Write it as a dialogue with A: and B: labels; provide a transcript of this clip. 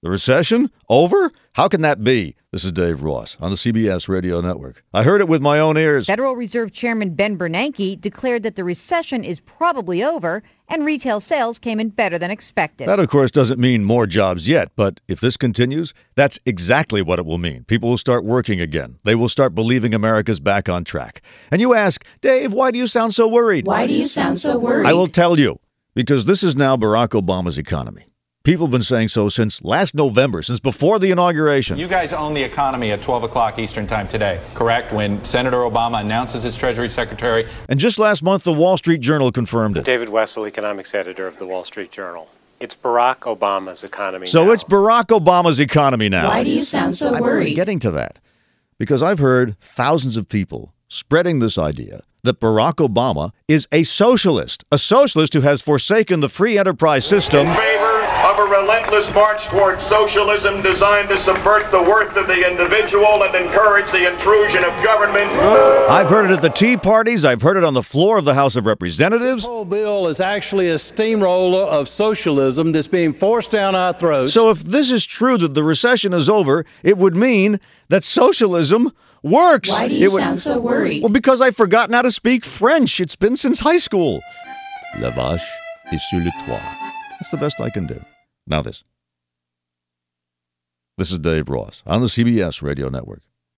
A: The recession? Over? How can that be? This is Dave Ross on the CBS Radio Network. I heard it with my own ears.
B: Federal Reserve Chairman Ben Bernanke declared that the recession is probably over and retail sales came in better than expected.
A: That, of course, doesn't mean more jobs yet, but if this continues, that's exactly what it will mean. People will start working again. They will start believing America's back on track. And you ask, Dave, why do you sound so worried?
C: Why do you sound so worried?
A: I will tell you, because this is now Barack Obama's economy. People have been saying so since last November, since before the inauguration.
D: You guys own the economy at 12 o'clock Eastern Time today, correct? When Senator Obama announces his Treasury Secretary.
A: And just last month, the Wall Street Journal confirmed it.
E: David Wessel, economics editor of the Wall Street Journal. It's Barack Obama's economy.
A: So
E: now.
A: it's Barack Obama's economy now.
C: Why do you sound so
A: I'm
C: worried?
A: getting to that because I've heard thousands of people spreading this idea that Barack Obama is a socialist, a socialist who has forsaken the free enterprise system.
F: in favor of a relentless march toward socialism designed to subvert the worth of the individual and encourage the intrusion of government.
A: I've heard it at the tea parties. I've heard it on the floor of the House of Representatives.
G: whole bill is actually a steamroller of socialism that's being forced down our throats.
A: So, if this is true that the recession is over, it would mean that socialism works.
C: Why do you
A: It would-
C: sound so worried?
A: Well, because I've forgotten how to speak French. It's been since high school. La vache est sur le toit. That's the best I can do. Now, this. This is Dave Ross on the CBS Radio Network.